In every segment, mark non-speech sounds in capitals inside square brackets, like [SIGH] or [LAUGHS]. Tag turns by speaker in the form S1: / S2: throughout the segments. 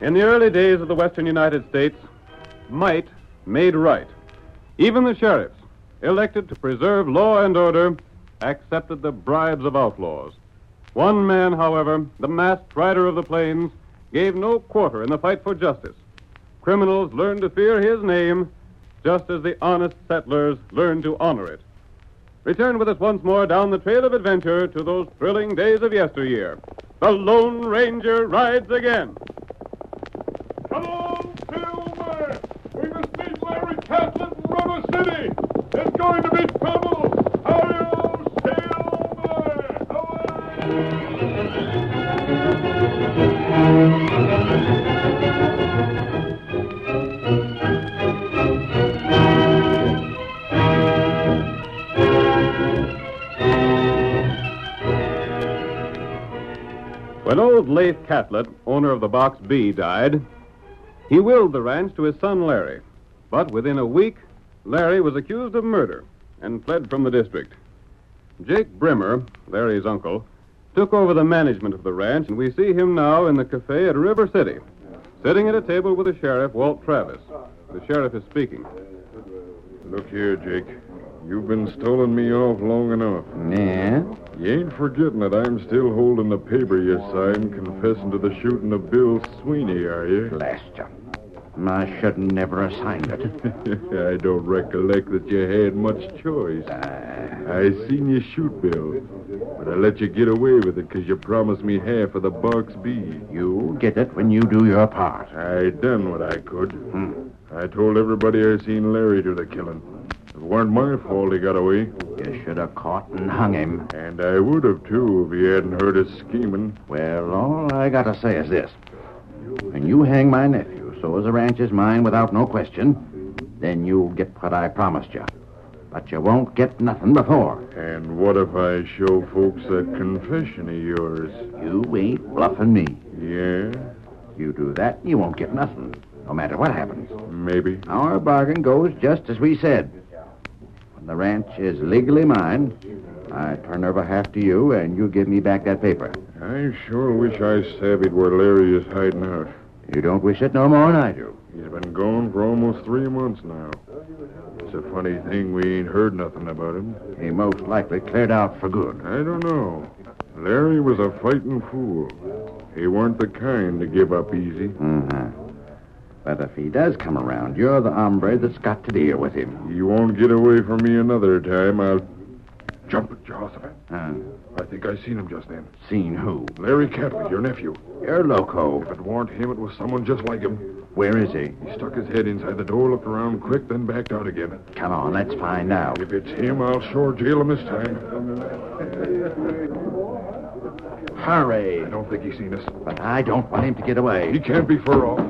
S1: In the early days of the western United States, might made right. Even the sheriffs, elected to preserve law and order, accepted the bribes of outlaws. One man, however, the masked rider of the plains, gave no quarter in the fight for justice. Criminals learned to fear his name, just as the honest settlers learned to honor it. Return with us once more down the trail of adventure to those thrilling days of yesteryear. The Lone Ranger rides again. Come on, Silver! We must meet Larry Catlett in River City! It's going to be trouble! Hurry, Silver! When old Leif Catlett, owner of the Box B, died, he willed the ranch to his son Larry. But within a week, Larry was accused of murder and fled from the district. Jake Brimmer, Larry's uncle, took over the management of the ranch, and we see him now in the cafe at River City, sitting at a table with the sheriff, Walt Travis. The sheriff is speaking.
S2: Look here, Jake. You've been stoling me off long enough.
S3: Yeah?
S2: You ain't forgetting that I'm still holding the paper you signed confessing to the shooting of Bill Sweeney, are you?
S3: Blast you. I should never have signed it.
S2: [LAUGHS] I don't recollect that you had much choice.
S3: Uh,
S2: I seen you shoot Bill, but I let you get away with it 'cause you promised me half of the box B.
S3: You did it when you do your part.
S2: I done what I could. I told everybody I seen Larry do the killing. It weren't my fault he got away.
S3: You should have caught and hung him.
S2: And I would have, too, if he hadn't heard us scheming.
S3: Well, all I gotta say is this. When you hang my nephew so as the ranch is mine without no question, then you'll get what I promised you. But you won't get nothing before.
S2: And what if I show folks a confession of yours?
S3: You ain't bluffing me.
S2: Yeah,
S3: You do that, you won't get nothing, no matter what happens.
S2: maybe.
S3: Our bargain goes just as we said. When the ranch is legally mine, I turn over half to you, and you give me back that paper.
S2: I sure wish I savvied where Larry is hiding out.
S3: You don't wish it no more than I do.
S2: He's been gone for almost three months now. It's a funny thing we ain't heard nothing about him.
S3: He most likely cleared out for good.
S2: I don't know.
S1: Larry was a fighting fool. He weren't the kind to give up easy.
S3: Uh-huh. But if he does come around, you're the hombre that's got to deal with him.
S1: You won't get away from me another time. I'll jump at Jehoshaphat.
S3: Uh,
S1: I think I seen him just then.
S3: seen who?
S1: Larry Catlett, your nephew.
S3: You're loco.
S1: If it weren't him, it was someone just like him.
S3: Where is he?
S1: He stuck his head inside the door, looked around quick, then backed out again.
S3: Come on, let's find out.
S1: If it's him, I'll sure jail him this time.
S3: Hurry!
S1: I don't think he's seen us.
S3: But I don't want him to get away.
S1: He can't be far off.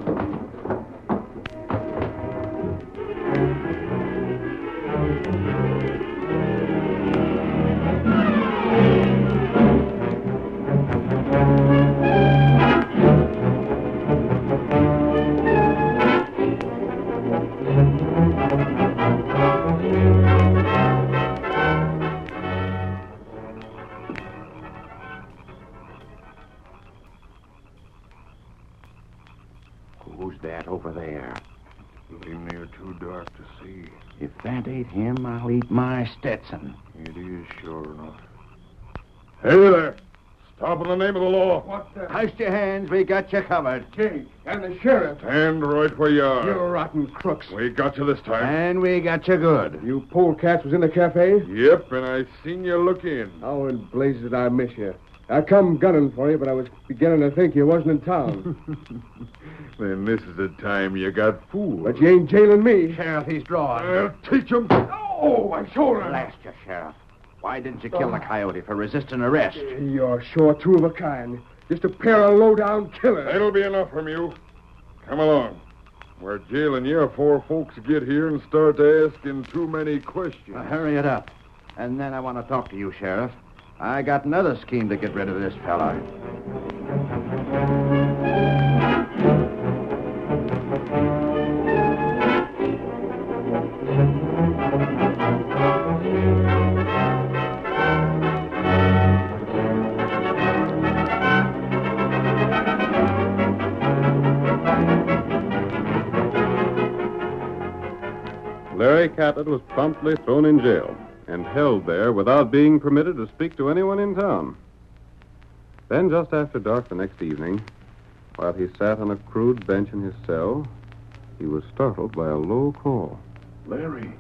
S3: Who's that over there?
S1: Leave near too dark to see.
S3: If that ain't him, I'll eat my Stetson.
S1: It is sure enough. Hey there! Stop in the name of the law. What the?
S3: House your hands. We got you covered.
S4: And the sheriff,
S1: Stand right where you are.
S4: you rotten crooks.
S1: We got you this time.
S3: And we got you good.
S4: You polecats was in the cafe?
S1: Yep, and I seen you look in.
S4: How in blazes did I miss you? I come gunning for you, but I was beginning to think you wasn't in town.
S1: Then this is the time you got fooled.
S4: but you ain't jailing me.
S3: Sheriff, he's drawn.
S1: I'll teach 'em. Oh, my shoulder.
S3: Blast you, Sheriff. Why didn't you kill the coyote for resisting arrest?
S4: You're sure two of a kind. Just a pair of low-down killers.
S1: That'll be enough from you. Come along. We're jailing you afore folks get here and start to asking too many questions.
S3: Well, hurry it up. And then I want to talk to you, Sheriff. I got another scheme to get rid of this fella.
S5: Larry Catlett was promptly thrown in jail and held there without being permitted to speak to anyone in town. Then, just after dark the next evening, while he sat on a crude bench in his cell, he was startled by a low call.
S1: Larry,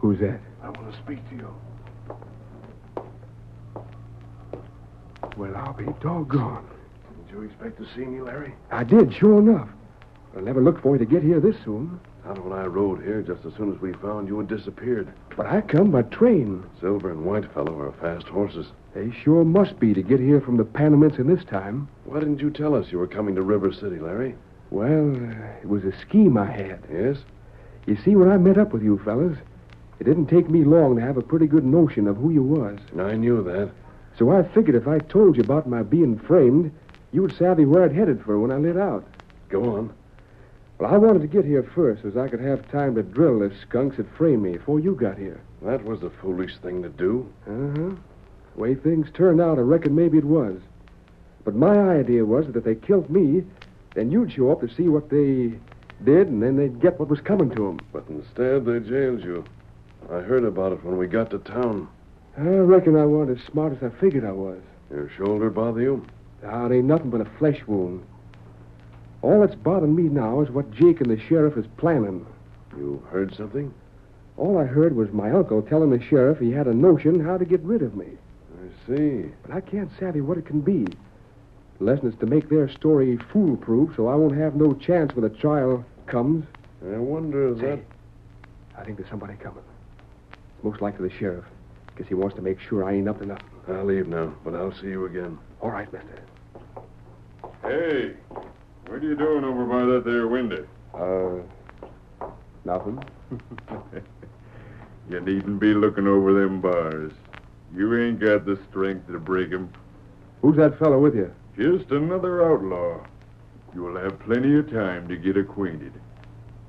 S4: Who's that?
S1: I want to speak to you.
S4: Well, I'll be doggone.
S1: Did you expect to see me, Larry?
S4: I did, sure enough. I never looked for you to get here this soon.
S1: Not when I rode here. Just as soon as we found you had disappeared.
S4: But I come by train.
S1: Silver and White Fellow are fast horses.
S4: They sure must be to get here from the Panamints in this time.
S1: Why didn't you tell us you were coming to River City, Larry?
S4: Well, uh, it was a scheme I had.
S1: Yes?
S4: You see, when I met up with you fellas, it didn't take me long to have a pretty good notion of who you was.
S1: I knew that.
S4: So I figured if I told you about my being framed, you'd savvy where I'd headed for when I lit out.
S1: Go on.
S4: Well, I wanted to get here first, as I could have time to drill the skunks that framed me before you got here.
S1: That was the foolish thing to do.
S4: Uh-huh. The way things turned out, I reckon maybe it was. But my idea was that if they killed me, then you'd show up to see what they did, and then they'd get what was coming to them.
S1: But instead, they jailed you. I heard about it when we got to town.
S4: I reckon I wasn't as smart as I figured I was.
S1: Your shoulder bother you?
S4: Ah, it ain't nothing but a flesh wound. All that's bothering me now is what Jake and the sheriff is planning.
S1: You heard something?
S4: All I heard was my uncle telling the sheriff he had a notion how to get rid of me.
S1: I see.
S4: But I can't savvy what it can be. The lesson is to make their story foolproof so I won't have no chance when the trial comes.
S1: I wonder if that.
S4: Hey, I think there's somebody coming. It's most likely the sheriff. Guess he wants to make sure I ain't up to nothing.
S1: I'll leave now, but I'll see you again.
S4: All right, mister.
S1: Hey, what are you doing over by that there window?
S4: Uh, nothing?
S1: You needn't be looking over them bars. You ain't got the strength to break 'em.
S4: Who's that fellow with you?
S1: Just another outlaw. You'll have plenty of time to get acquainted.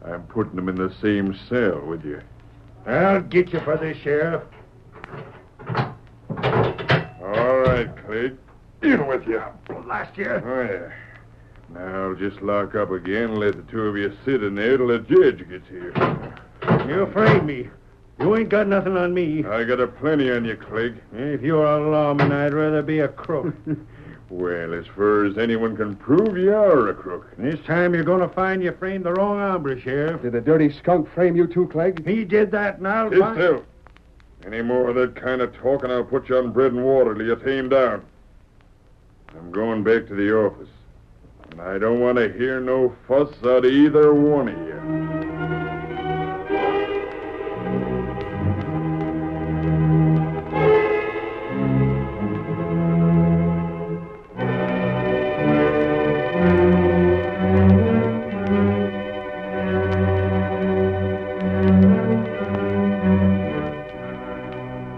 S1: I'm putting 'em in the same cell with you.
S3: I'll get you for this, Sheriff.
S1: All right, Clegg. In with you.
S3: Blast you.
S1: Oh, yeah. Now, just lock up again and let the two of you sit in there till the judge gets here.
S3: You framed me. You ain't got nothing on me.
S2: I got a plenty on you, Clegg.
S3: If you're a lawman, I'd rather be a crook.
S2: Well, as far as anyone can prove, you are a crook.
S3: this time you're going to find you framed the wrong hombre, Sheriff.
S4: Did the dirty skunk frame you too, Clegg?
S3: He did that, and I'll
S2: Sit
S3: find-
S2: still. Any more of that kind of talk, and I'll put you on bread and water till you're tamed down. I'm going back to the office, and I don't want to hear no fuss out of either one of you.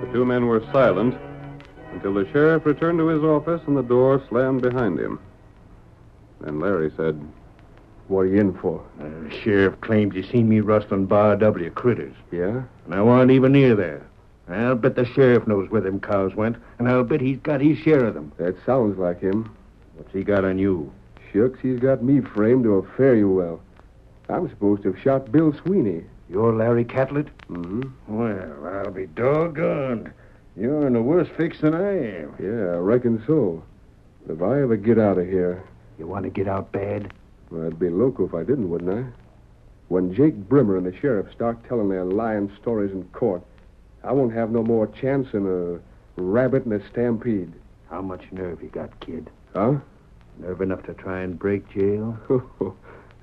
S1: The two men were silent until the sheriff returned to his office and the door slammed behind him. Then Larry said,
S4: What are you in for?
S3: Uh, sheriff claims he seen me rustling Bar W critters,
S4: Yeah?
S3: and I wasn't even near there. I'll bet the sheriff knows where them cows went, and I'll bet he's got his share of them.
S4: That sounds like him.
S3: What's he got on you?
S4: Shucks, he's got me framed to a fare you well. I'm supposed to have shot Bill Sweeney.
S3: You're Larry Catlett?
S4: Mm-hmm.
S3: Well, I'll be doggoned. You're in a worse fix than I am.
S4: Yeah, I reckon so. If I ever get out of here,
S3: You want to get out bad?
S4: well, I'd be loco if I didn't, wouldn't I? When Jake Brimmer and the sheriff start telling their lying stories in court, I won't have no more chance than a rabbit in a stampede.
S3: How much nerve you got, kid?
S4: Huh? [LAUGHS]
S3: Nerve enough to try and break jail?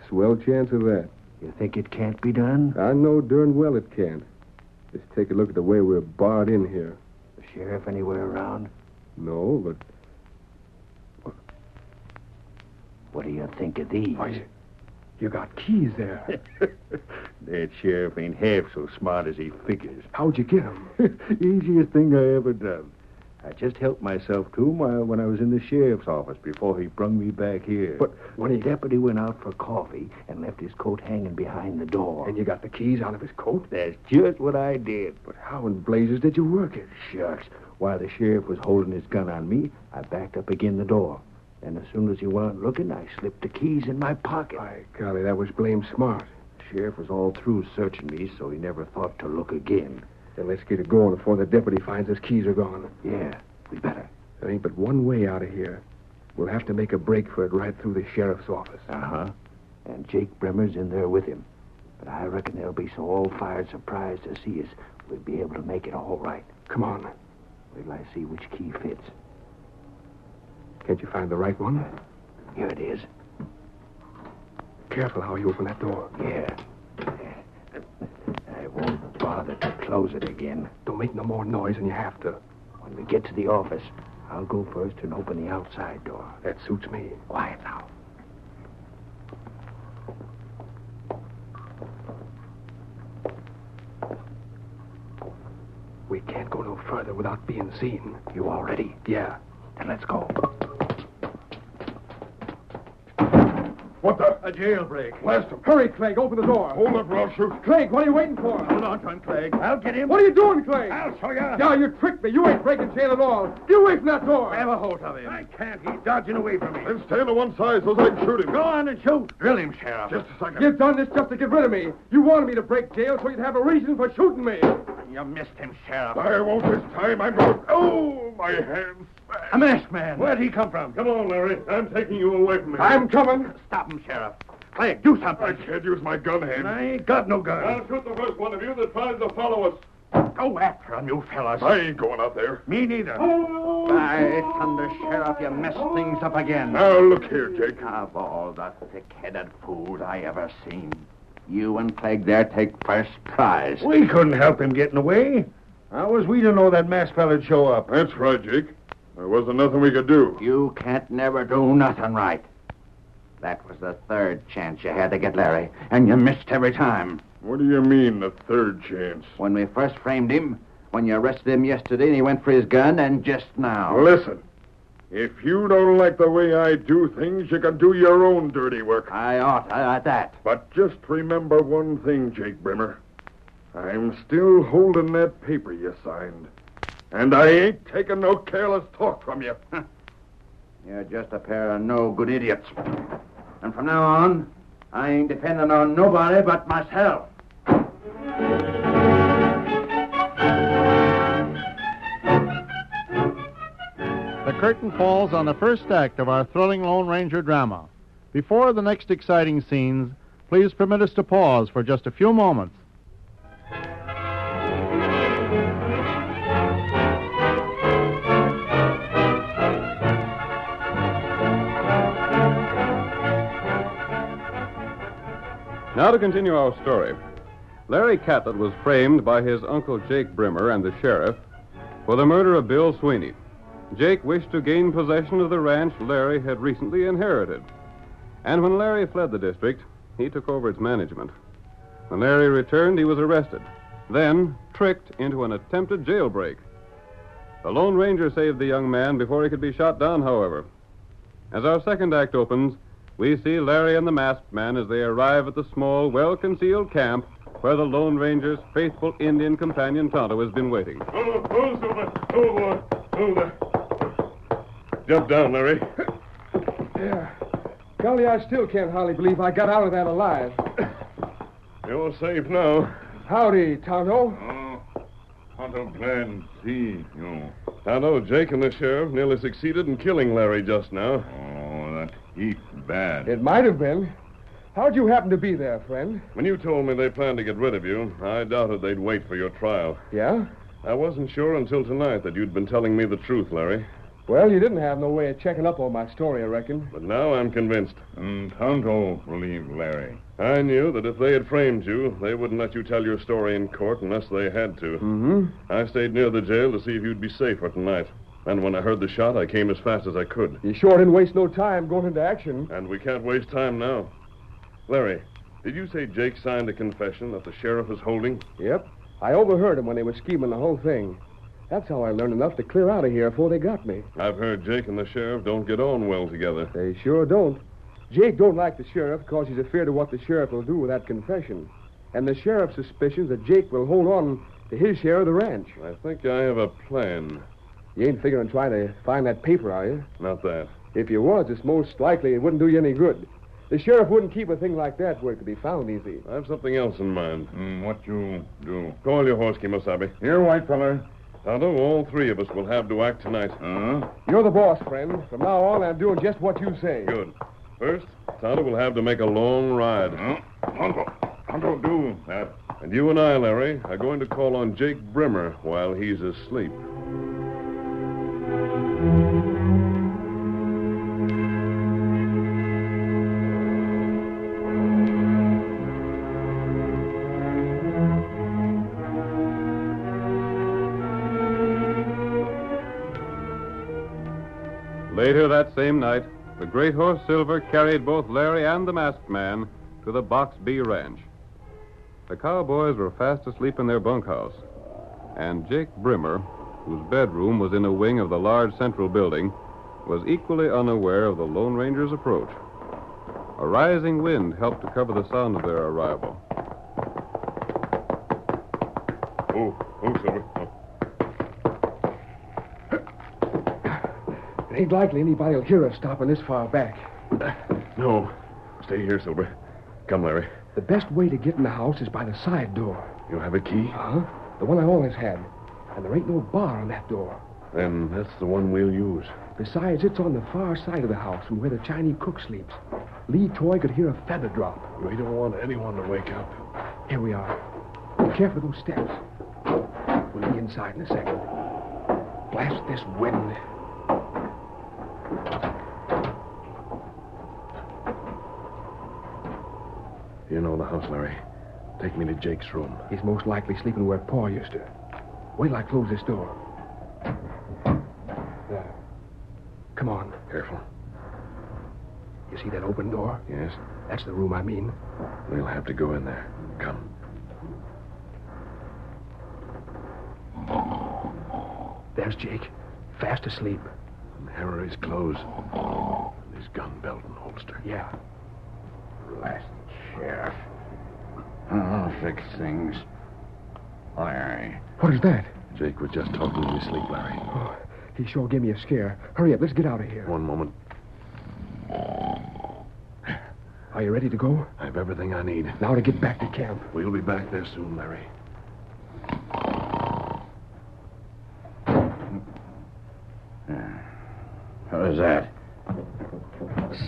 S4: Swell chance of that.
S3: You think it can't be done?
S4: I know darn well it can't. Just take a look at the way we're barred in here.
S3: The sheriff anywhere around?
S4: No, but
S3: What do you think of these?
S4: you got keys there.
S3: [LAUGHS] that sheriff ain't half so smart as he figures.
S4: How'd you get them?
S3: [LAUGHS] Easiest thing I ever done. I just helped myself to 'em while when I was in the sheriff's office before he brung me back here.
S4: But
S3: when the deputy went out for coffee and left his coat hanging behind the door.
S4: And you got the keys out of his coat?
S3: That's just what I did.
S4: But how in blazes did you work it?
S3: Shucks. While the sheriff was holding his gun on me, I backed up again the door. And as soon as he wasn't looking, I slipped the keys in my pocket.
S4: By golly, that was blame smart.
S3: The sheriff was all through searching me, so he never thought to look again.
S4: Then let's get it going before the deputy finds his keys are gone.
S3: Yeah, we better.
S4: There ain't but one way out of here. We'll have to make a break for it right through the sheriff's office.
S3: Uh-huh. And Jake Bremer's in there with him. But I reckon they'll be so all-fired surprised to see us, we'll be able to make it all right.
S4: Come on.
S3: Wait till I see which key fits.
S4: Can't you find the right one?
S3: Here it is.
S4: Careful how you open that door.
S3: Yeah. I won't bother to close it again.
S4: Don't make no more noise than you have to.
S3: When we get to the office, I'll go first and open the outside door.
S4: That suits me.
S3: Quiet now.
S4: We can't go no further without being seen.
S3: You all ready?
S4: Yeah.
S3: Then let's go.
S2: What the?
S3: A jailbreak.
S2: Blast him.
S4: Hurry, Clegg, open the door.
S2: Hold up, or I'll shoot.
S4: Clegg, what are you waiting for?
S3: Hold on to him, Clegg. I'll get him.
S4: What are you doing, Clegg?
S3: I'll show you.
S4: Now you tricked me. You ain't breaking jail at all. Get away from that door.
S3: a hold of him. I can't. He's dodging away from me.
S2: Then stand to one side so I can shoot him.
S3: Go on and shoot. Drill him, Sheriff.
S2: Just a second.
S4: You've done this just to get rid of me. You wanted me to break jail so you'd have a reason for shooting me.
S3: You missed him, Sheriff.
S2: I won't this time. I'm going. Oh, my hands.
S3: A masked man.
S2: Where'd he come from? Come on, Larry. I'm taking you away from me.
S4: I'm coming.
S3: Stop him, Sheriff. Clegg, do
S2: I
S3: something.
S2: can't use my gun hand.
S3: I ain't got no gun.
S2: I'll shoot the first one of you that tries to follow us.
S3: Go after him, you fellas.
S2: I ain't going out there. Oh.
S3: Me neither.
S6: By thunder, Sheriff, you messed things up again.
S2: Now, look here, Jake.
S6: Of all the thick-headed fools I ever seen, you and Clegg there take first prize.
S3: We couldn't help him getting away. How was we to know that masked fella'd show up?
S2: That's right, Jake. There wasn't nothing we could do.
S6: You can't never do nothing right. That was the third chance you had to get Larry, and you missed every time.
S2: What do you mean, the third chance?
S6: When we first framed him, when you arrested him yesterday and he went for his gun, and just now.
S2: Listen, if you don't like the way I do things, you can do your own dirty work.
S6: I ought at that.
S2: But just remember one thing, Jake Brimmer. I'm still holding that paper you signed. And I ain't taking no careless talk from you. [LAUGHS]
S6: You're just a pair of no good idiots. And from now on, I ain't depending on nobody but myself.
S7: curtain falls on the first act of our thrilling Lone Ranger drama. Before the next exciting scenes, please permit us to pause for just a few moments.
S2: Now to continue our story. Larry Catlett was framed by his uncle Jake Brimmer and the sheriff for the murder of Bill Sweeney. Jake wished to gain possession of the ranch Larry had recently inherited. And when Larry fled the district, he took over its management. When Larry returned, he was arrested, then tricked into an attempted jailbreak. The Lone Ranger saved the young man before he could be shot down, however. As our second act opens, we see Larry and the masked man as they arrive at the small, well concealed camp where the Lone Ranger's faithful Indian companion Tonto has been waiting.
S1: Oh, oh, Silver. Hold on. Hold on. Jump down, Larry.
S4: Yeah. Golly, I still can't hardly believe I got out of that alive.
S1: You're safe now.
S4: Howdy, Tonto.
S1: Oh, plan C, you. I know Jake and the sheriff nearly succeeded in killing Larry just now. Oh, that heat bad.
S4: It might have been. How'd you happen to be there, friend?
S1: When you told me they planned to get rid of you, I doubted they'd wait for your trial.
S4: Yeah?
S1: I wasn't sure until tonight that you'd been telling me the truth, Larry.
S4: Well, you didn't have no way of checking up on my story, I reckon.
S1: But now I'm convinced.
S8: And Mm, Tonto relieved Larry.
S1: I knew that if they had framed you, they wouldn't let you tell your story in court unless they had to.
S4: Mm-hmm.
S1: I stayed near the jail to see if you'd be safe for tonight. And when I heard the shot, I came as fast as I could.
S4: You sure didn't waste no time going into action.
S1: And we can't waste time now. Larry, did you say Jake signed a confession that the sheriff is holding?
S4: Yep. I overheard 'em when they were scheming the whole thing. That's how I learned enough to clear out of here before they got me.
S1: I've heard Jake and the sheriff don't get on well together.
S4: They sure don't. Jake don't like the sheriff because he's afraid of what the sheriff will do with that confession. And the sheriff's suspicions that Jake will hold on to his share of the ranch.
S1: I think I have a plan.
S4: You ain't figuring on trying to find that paper, are you?
S1: Not that.
S4: If you was, it's most likely it wouldn't do you any good. The sheriff wouldn't keep a thing like that where it could be found easy.
S1: I have something else in mind.
S8: Mm, what you do?
S1: Call your horse, Kimosabe.
S8: Here, white feller.
S1: Tonto, all three of us will have to act tonight.
S8: Huh?
S4: You're the boss, friend. From now on, I'm doing just what you say.
S1: Good. First, Tonto will have to make a long ride.
S8: Huh? Tonto. Tonto do that.
S1: And you and I, Larry, are going to call on Jake Brimmer while he's asleep.
S2: Later that same night, the great horse Silver carried both Larry and the masked man to the Box B ranch. The cowboys were fast asleep in their bunkhouse, and Jake Brimmer, whose bedroom was in a wing of the large central building, was equally unaware of the Lone Ranger's approach. A rising wind helped to cover the sound of their arrival.
S1: Oh, oh, Silver. Oh.
S4: It ain't likely anybody will hear us stopping this far back.
S1: No. Stay here, Silver. Come, Larry.
S4: The best way to get in the house is by the side door.
S1: You have a key?
S4: Huh? The one I always had. And there ain't no bar on that door.
S1: Then that's the one we'll use.
S4: Besides, it's on the far side of the house from where the Chinese cook sleeps. Lee Toy could hear a feather drop.
S1: We don't want anyone to wake up.
S4: Here we are. Be careful of those steps. We'll be inside in a second. Blast this wind.
S1: You know the house, Larry. Take me to Jake's room.
S4: He's most likely sleeping where Pa used to. Wait till I close this door. There. Come on.
S1: Careful.
S4: You see that open door?
S1: Yes?
S4: That's the room I mean.
S1: We'll have to go in there. Come.
S4: There's Jake, fast asleep.
S1: And here are his clothes. And his gun belt and holster.
S4: Yeah.
S3: Blast sheriff. I'll fix things. Larry.
S4: What is that?
S1: Jake was just talking in his sleep, Larry.
S4: Oh, he sure gave me a scare. Hurry up, let's get out of here.
S1: One moment.
S4: Are you ready to go?
S1: I have everything I need.
S4: Now to get back to camp.
S1: We'll be back there soon, Larry.
S3: was that?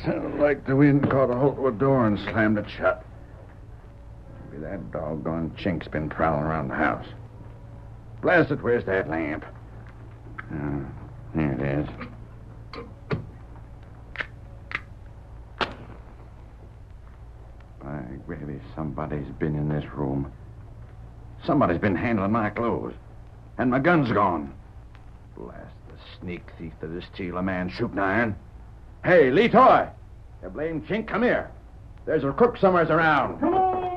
S3: Sounded like the wind caught a hold of a door and slammed it shut. Maybe that doggone chink's been prowling around the house. Blast it, where's that lamp? Uh, there it is. By gravy, somebody's been in this room. Somebody's been handling my clothes. And my gun's gone. Blast the sneak thief that is steal a man's shooting iron. Hey, Lee Toy! You blame chink, come here. There's a crook somewheres around. Come on!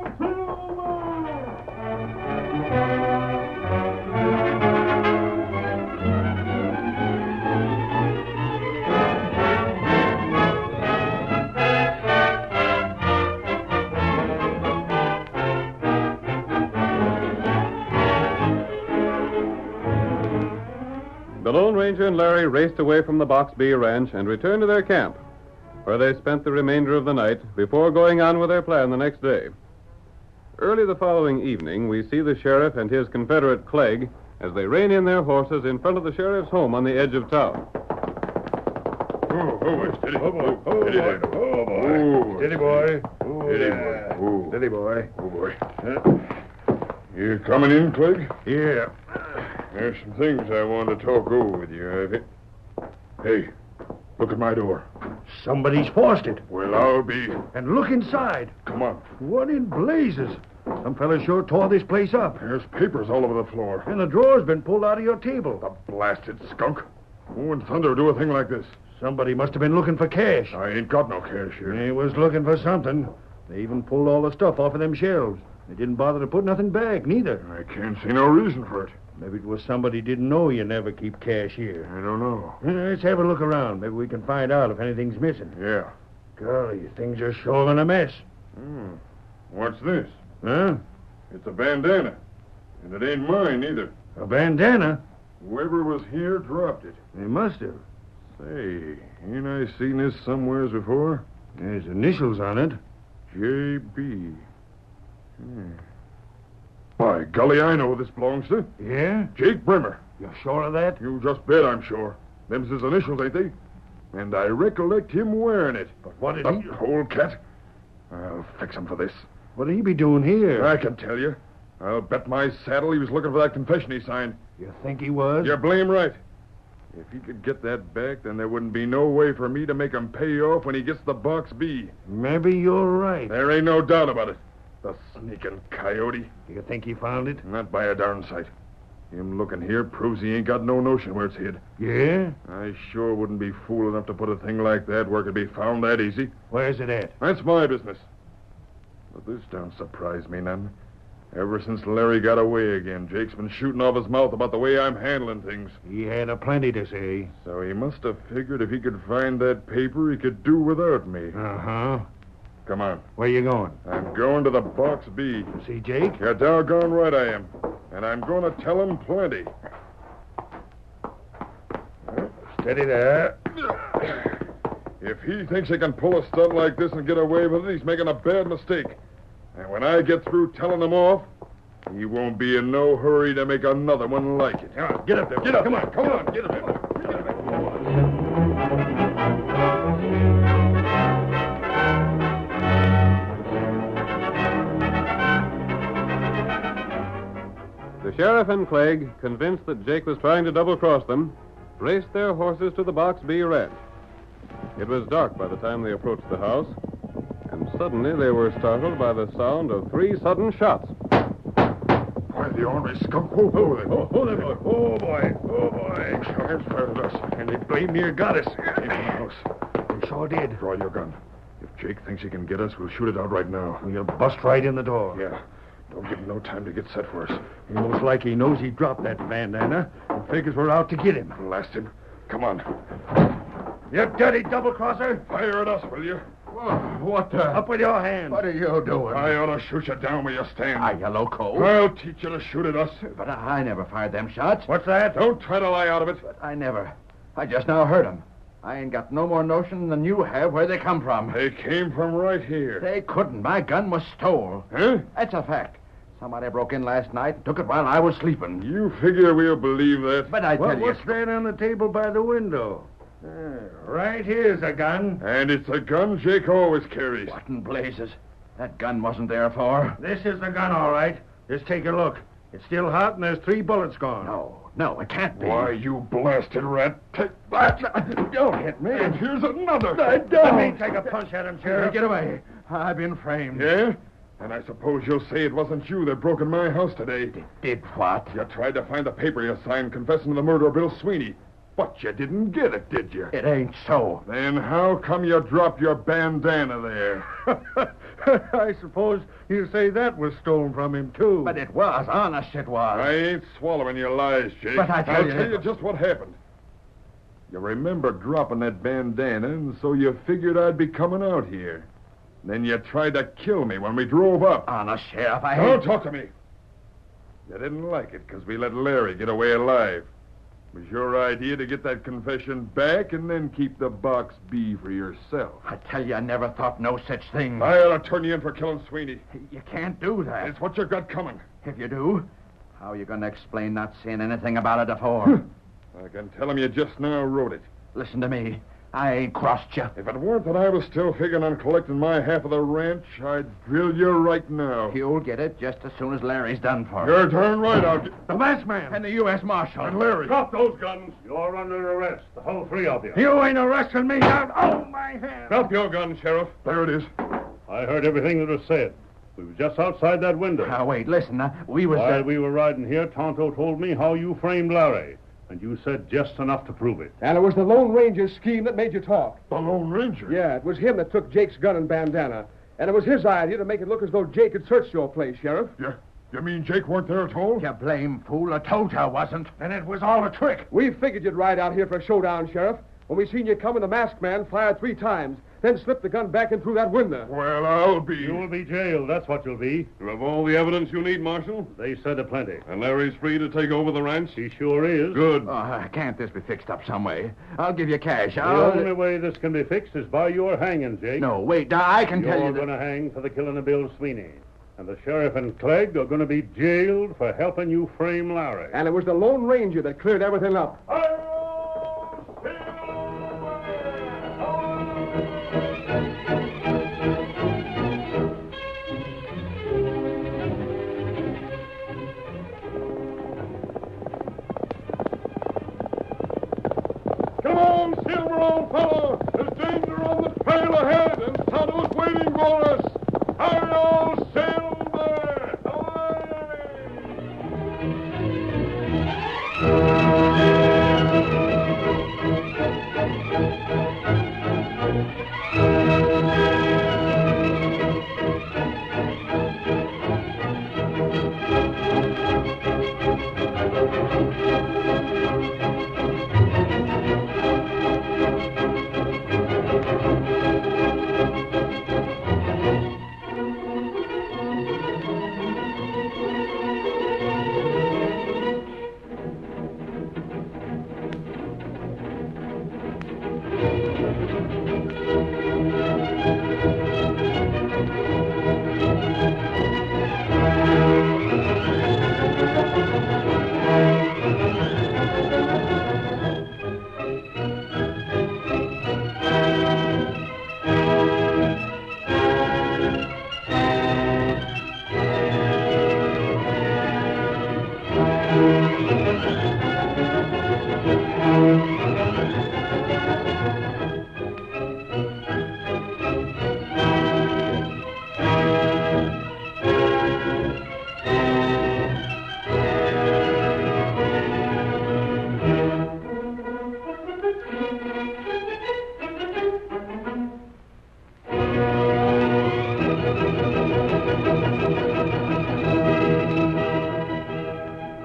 S1: The Lone Ranger and Larry raced away from the Box B ranch and returned to their camp, where they spent the remainder of the night before going on with their plan the next day. Early the following evening, we see the sheriff and his confederate Clegg as they rein in their horses in front of the sheriff's home on the edge of town.
S9: Oh, oh, steady.
S2: Oh, boy.
S9: Oh, steady
S2: Oh,
S9: there. Oh, boy.
S2: Steady,
S9: boy.
S10: Oh,
S2: Steady,
S9: yeah.
S2: boy. Ooh.
S9: Steady, boy.
S2: Oh, boy. You coming in, Clegg?
S9: Yeah.
S2: There's some things I want to talk over with you, Ivy. Hey, look at my door.
S10: Somebody's forced it.
S2: Well, I'll be.
S10: And look inside.
S2: Come on.
S10: What in blazes? Some fella sure tore this place up.
S2: There's papers all over the floor.
S10: And the drawer's been pulled out of your table.
S2: The blasted skunk. Who in thunder would do a thing like this?
S10: Somebody must have been looking for cash.
S2: I ain't got no cash here.
S10: They was looking for something. They even pulled all the stuff off of them shelves. They didn't bother to put nothing back, neither.
S2: I can't see no reason for it.
S10: Maybe it was somebody didn't know you never keep cash here.
S2: I don't know.
S10: Uh, Let's have a look around. Maybe we can find out if anything's missing.
S2: Yeah.
S10: Golly, things are sure in a mess.
S2: Hmm. What's this?
S10: Huh?
S2: It's a bandana. And it ain't mine either.
S10: A bandana?
S2: Whoever was here dropped it.
S10: They must have.
S2: Say, ain't I seen this somewheres before?
S10: There's initials on it.
S2: J.B. Hmm. By golly, I know who this belongs to.
S10: Yeah?
S2: Jake Bremer.
S10: You're sure of that?
S2: You just bet, I'm sure. Them's his initials, ain't they? And I recollect him wearing it.
S10: But what did
S2: The
S10: he...
S2: whole cat. I'll fix him for this.
S10: What'd he be doing here?
S2: I can tell you. I'll bet my saddle he was looking for that confession he signed.
S10: You think he was?
S2: You're blame right. If he could get that back, then there wouldn't be no way for me to make him pay off when he gets the box B.
S10: Maybe you're right.
S2: There ain't no doubt about it. The sneaking coyote.
S10: You think he found it?
S2: Not by a darn sight. Him looking here proves he ain't got no notion where it's hid.
S10: Yeah?
S2: I sure wouldn't be fool enough to put a thing like that where it could be found that easy.
S10: Where's it at?
S2: That's my business. But this don't surprise me none. Ever since Larry got away again, Jake's been shooting off his mouth about the way I'm handling things.
S10: He had a plenty to say.
S2: So he must have figured if he could find that paper, he could do without me.
S10: Uh-huh.
S2: Come on.
S10: Where you going?
S2: I'm going to the box B.
S10: See Jake?
S2: You're doggone right I am. And I'm going to tell him plenty.
S10: Steady there.
S2: If he thinks he can pull a stunt like this and get away with it, he's making a bad mistake. And when I get through telling him off, he won't be in no hurry to make another one like it. Come on, get up there. Get up. Come on, come on. Get up there. Get up there. Come on.
S1: The sheriff and Clegg, convinced that Jake was trying to double cross them, raced their horses to the Box B ranch. It was dark by the time they approached the house, and suddenly they were startled by the sound of three sudden shots.
S2: Why, the ornery skunk. Whoa, whoa, there. Oh, oh, there, boy. Oh, boy. Oh, boy. Charles found us. And they blame near got us. In the house.
S10: He sure did.
S2: Draw your gun. If Jake thinks he can get us, we'll shoot it out right now.
S10: We'll bust right in the door.
S2: Yeah. Don't give him no time to get set for us.
S10: He most like he knows he dropped that bandana and figures we're out to get him.
S2: Blast him. Come on.
S10: You dirty double crosser!
S2: Fire at us, will you?
S10: What the? Up with your hands.
S3: are you doing?
S2: I ought to shoot you down where you stand.
S3: Are you loco?
S2: I'll teach you to shoot at us.
S3: But I I never fired them shots.
S10: What's that?
S2: Don't try to lie out of it.
S3: I never. I just now heard 'em. I ain't got no more notion than you have where they come from.
S2: They came from right here.
S3: They couldn't. My gun was stole.
S2: Huh?
S3: That's a fact. Somebody broke in last night and took it while I was sleeping.
S2: You figure we'll believe that?
S3: But I tell
S10: What,
S3: you,
S10: what's that on the table by the window?
S11: Right here's a gun.
S2: And it's a gun Jake always carries.
S3: What in blazes? That gun wasn't there for.
S11: This is the gun, all right. Just take a look. It's still hot, and there's three bullets gone.
S3: No, no, it can't be.
S2: Why, you blasted rat. Take that. Don't hit me. And here's another.
S11: Let me take a punch at him, Sheriff.
S3: Get away. I've been framed.
S2: Yeah? And I suppose you'll say it wasn't you that broke in my house today.
S3: Did what?
S2: You tried to find the paper you signed confessing to the murder of Bill Sweeney. But you didn't get it, did you?
S3: It ain't so.
S2: Then how come you dropped your bandana there? [LAUGHS]
S11: I suppose you say that was stolen from him, too.
S3: But it was. Honest, it was.
S2: I ain't swallowing your lies, Jake.
S3: But I tell
S2: will
S3: you-
S2: tell you just what happened. You remember dropping that bandana, and so you figured I'd be coming out here. Then you tried to kill me when we drove up.
S3: Honest, Sheriff, I
S2: Don't talk to me. You didn't like it because we let Larry get away alive. It was your idea to get that confession back and then keep the box B for yourself.
S3: I tell you, I never thought no such thing.
S2: I'll turn you in for killing Sweeney.
S3: You can't do that.
S2: It's what you got coming.
S3: If you do, how are you going to explain not seeing anything about it afore?
S2: I can tell him you just now wrote it.
S3: Listen to me. I ain't crossed you.
S2: If it weren't that I was still figuring on collecting my half of the ranch, I'd drill you right now.
S3: You'll get it just as soon as Larry's done for.
S2: You're darn right out.
S11: The masked man.
S3: And the U.S. Marshal.
S2: And Larry.
S9: Drop those guns. You're under arrest, the whole three of you.
S11: You ain't arresting me now. Oh, my hand.
S2: Drop your gun, Sheriff. There it is.
S9: I heard everything that was said. We were just outside that window.
S3: Now, wait, listen. Uh, we was.
S9: While
S3: uh,
S9: we were riding here, Tonto told me how you framed Larry, and you said just enough to prove it.
S4: And it was the Lone Ranger's scheme that made you talk.
S2: The Lone Ranger.
S4: Yeah, it was him that took Jake's gun and bandana. And it was his idea to make it look as though Jake had searched your place, Sheriff.
S2: You, you mean Jake weren't there at all?
S3: [LAUGHS] You blame fool. I told you I wasn't.
S11: And it was all a trick.
S4: We figured you'd ride out here for a showdown, Sheriff. When we seen you coming, the masked man fired three times, then slipped the gun back in through that window.
S2: Well, I'll be.
S9: You will be jailed. That's what you'll be.
S2: You have all the evidence you need, Marshal?
S9: They said a plenty.
S2: And Larry's free to take over the ranch?
S9: He sure is.
S2: Good.
S3: Oh, can't this be fixed up some way? I'll give you cash.
S9: The
S3: I'll...
S9: only way this can be fixed is by your hanging, Jake.
S3: No, wait. I can
S9: You're
S3: tell you. that-
S9: going to hang for the killing of Bill Sweeney. And the sheriff and Clegg are going to be jailed for helping you frame Larry.
S4: And it was the Lone Ranger that cleared everything up.
S2: Come on, Silver, old fellow. There's danger on the trail ahead, and Tonto's waiting for us. Hurry, old Silver! Away!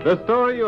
S1: The story you